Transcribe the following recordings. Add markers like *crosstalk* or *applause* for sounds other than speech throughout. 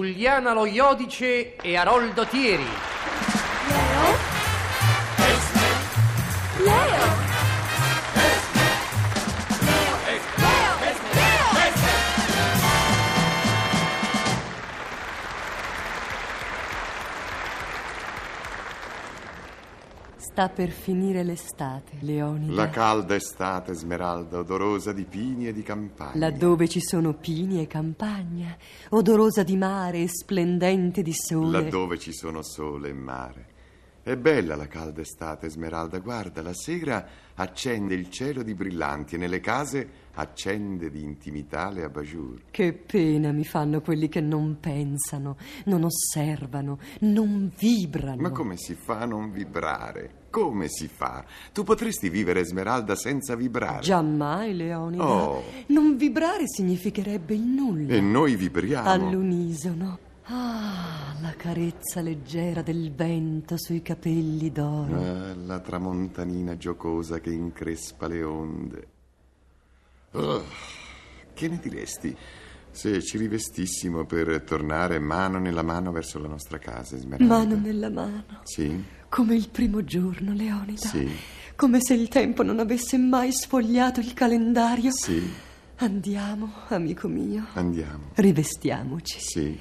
Giuliana Lo Iodice e Aroldo Thieri. Leo? Leo? Leo? Leo? Sta per finire l'estate, Leonida. La calda estate, Smeralda, odorosa di pini e di campagne. Laddove ci sono pini e campagna, odorosa di mare e splendente di sole. Laddove ci sono sole e mare. È bella la calda estate, Smeralda. Guarda, la sera accende il cielo di brillanti e nelle case accende di intimità le abajur. Che pena mi fanno quelli che non pensano, non osservano, non vibrano. Ma come si fa a non vibrare? Come si fa? Tu potresti vivere, Smeralda, senza vibrare. Giammai, Leonida. Oh. Non vibrare significherebbe il nulla. E noi vibriamo. All'unisono. Ah, la carezza leggera del vento sui capelli d'oro. Ah, la tramontanina giocosa che increspa le onde. Oh, che ne diresti se ci rivestissimo per tornare mano nella mano verso la nostra casa, Esmeralda? Mano nella mano. Sì? Come il primo giorno, Leonida. Sì. Come se il tempo non avesse mai sfogliato il calendario. Sì, Andiamo, amico mio. andiamo. Rivestiamoci. Sì.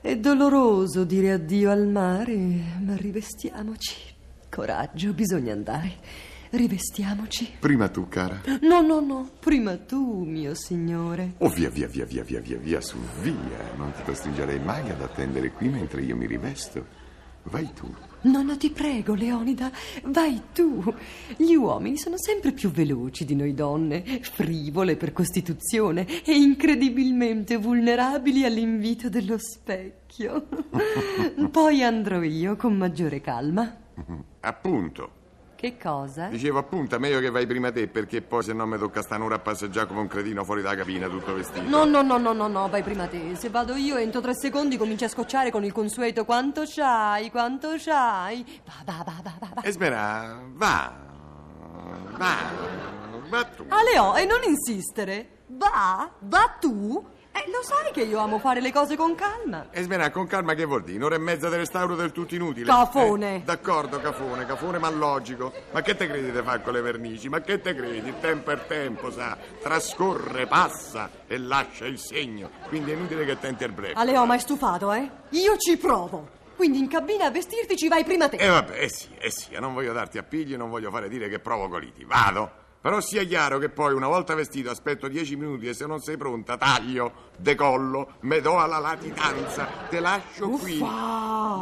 È doloroso dire addio al mare, ma rivestiamoci. Coraggio, bisogna andare. Rivestiamoci. Prima tu, cara. No, no, no, prima tu, mio signore. Oh, via, via, via, via, via, via, via, su, via. Non ti costringerei mai ad attendere qui mentre io mi rivesto. Vai tu. *laughs* No, no, ti prego, Leonida, vai tu. Gli uomini sono sempre più veloci di noi donne, frivole per costituzione e incredibilmente vulnerabili all'invito dello specchio. Poi andrò io con maggiore calma. Appunto. Che cosa? Dicevo appunto, meglio che vai prima te, perché poi se no mi tocca stan'ora a passeggiare come un cretino fuori dalla cabina tutto vestito. No, no, no, no, no, no, vai prima te. Se vado io entro tre secondi cominci a scocciare con il consueto quanto c'hai, quanto c'hai. Va, va, va, va, va. va. Esmera, va. Va. Va tu. Ah, Leo, e non insistere. Va, va tu. Eh, lo sai che io amo fare le cose con calma. Esmera, con calma che vuol dire? Un'ora e mezza di restauro del tutto inutile. Cafone. Eh, d'accordo, cafone, cafone ma logico. Ma che te credi di fare con le vernici? Ma che te credi? Il tempo è tempo, sa. Trascorre, passa e lascia il segno. Quindi è inutile che tenti il breve. Ah, Leo, ma è stufato, eh? Io ci provo. Quindi in cabina a vestirti ci vai prima te. E vabbè, eh sì, eh sì, non voglio darti appigli, non voglio fare dire che provoco liti. Vado. Però sia chiaro che poi una volta vestito aspetto dieci minuti e se non sei pronta taglio, decollo, me do alla latitanza, te lascio qui. Uffa!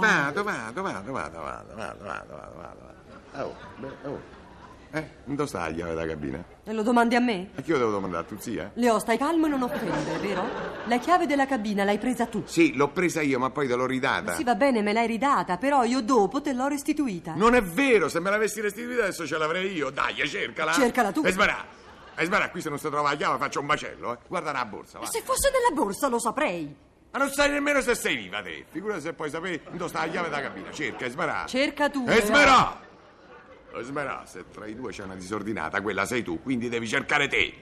Vado, vado, vado, vado, vado, vado, vado, vado, vado, vado. Ah, Oh, beh, oh. Eh, non sta la llave da cabina. E lo domandi a me? A chi io devo domandare, tu zia? Leo, stai calmo e non offendere, vero? La chiave della cabina l'hai presa tu. Sì, l'ho presa io, ma poi te l'ho ridata. Sì, va bene, me l'hai ridata, però io dopo te l'ho restituita. Non è vero, se me l'avessi restituita adesso ce l'avrei io. Dai, cercala. Cercala tu. E sbarà. E sbarà, qui se non si trova la chiave faccio un macello, eh. Guarda la borsa, va. Se fosse nella borsa lo saprei. Ma non sai nemmeno se sei viva te. Figura se puoi sapere dove sta la chiave della cabina. Cerca, e sbarà. Cerca tu. E Leo. sbarà. E sbarà, se tra i due c'è una disordinata, quella sei tu, quindi devi cercare te.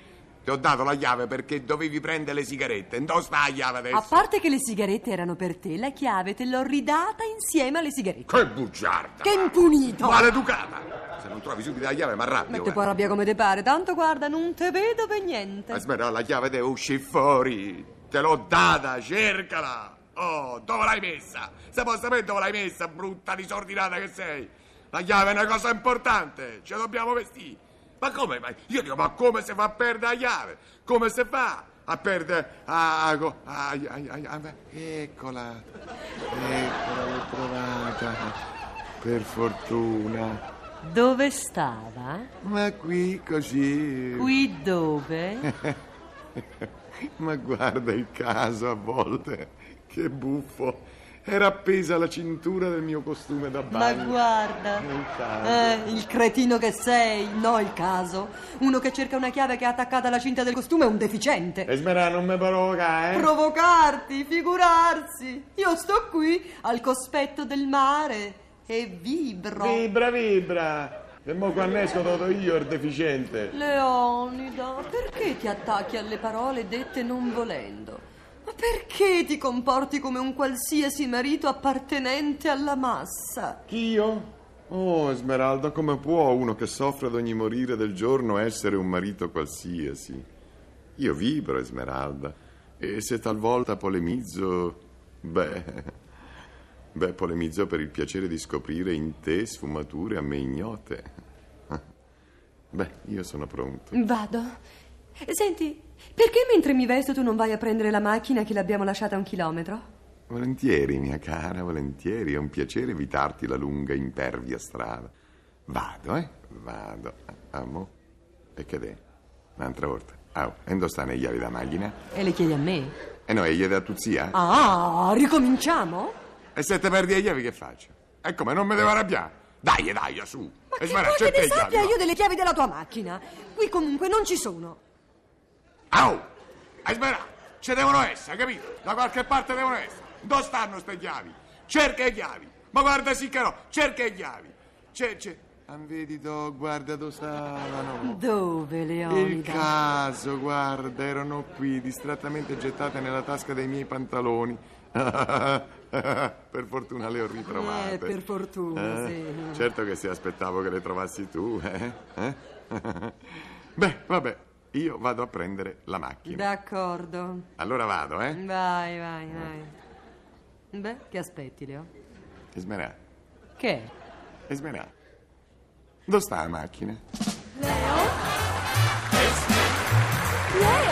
Ti ho dato la chiave perché dovevi prendere le sigarette. Dove sta la chiave adesso? A parte che le sigarette erano per te, la chiave te l'ho ridata insieme alle sigarette. Che bugiarda. Che va. impunito! Maleducata. Se non trovi subito la chiave, ma arrabbio. Mette poi rabbia come te pare, tanto guarda, non te vedo per niente. Aspetta, la chiave deve uscire fuori. Te l'ho data, cercala. Oh, dove l'hai messa? Se posso sapere dove l'hai messa, brutta disordinata che sei. La chiave è una cosa importante, ce dobbiamo vestire. Ma come? Ma io dico, ma come si fa a perdere la chiave? Come si fa a perdere... Ah, co- ai, ai, ai, ai, eccola, eccola, l'ho trovata. Per fortuna. Dove stava? Ma qui così... Qui dove? Ma guarda il caso a volte, che buffo. Era appesa alla cintura del mio costume da Ma bagno. guarda, È un caso. eh, il cretino che sei, no il caso. Uno che cerca una chiave che è attaccata alla cinta del costume è un deficiente. Esmerà, non mi provoca, eh? Provocarti, figurarsi. Io sto qui al cospetto del mare e vibro. vibra, vibra. E mo quando esco dodo io il deficiente. Leonida, perché ti attacchi alle parole dette non volendo? Ma Perché ti comporti come un qualsiasi marito appartenente alla massa? Io? Oh, Esmeralda, come può uno che soffre ad ogni morire del giorno essere un marito qualsiasi? Io vibro, Esmeralda, e se talvolta polemizzo, beh, *laughs* beh, polemizzo per il piacere di scoprire in te sfumature a me ignote. *laughs* Beh, io sono pronto. Vado. Senti, perché mentre mi vesto tu non vai a prendere la macchina che l'abbiamo lasciata a un chilometro? Volentieri, mia cara, volentieri, è un piacere evitarti la lunga impervia strada. Vado, eh? Vado. Amo. E che è? Un'altra volta. Au, e dove stanno le chiavi da macchina? E le chiedi a me? E no, e gli da tu zia? Ah, ricominciamo? E se te perdi le chiavi che faccio? E come, non mi devo arrabbiare? Dai, dai, su. Ma e che smarra, vuoi che accetta ne le chiavi, sappia no? io delle chiavi della tua macchina? Qui comunque non ci sono. Au! Esmerà, ci devono essere, capito? Da qualche parte devono essere. Dove stanno queste chiavi? Cerca le chiavi. Ma guarda sì che no, cerca le chiavi. C'è, c'è. Non vedi, do, guarda dove stavano. Dove, Il Leonida? caso, guarda, erano qui, distrattamente gettate nella tasca dei miei pantaloni. *laughs* per fortuna le ho ritrovate. Eh, per fortuna, sì. Certo che se aspettavo che le trovassi tu, eh? eh? *laughs* Beh, vabbè, io vado a prendere la macchina. D'accordo. Allora vado, eh? Vai, vai, vai. Beh, che aspetti, Leo? Esmerà, Che è? Esmerà. Dove sta la macchina? Leo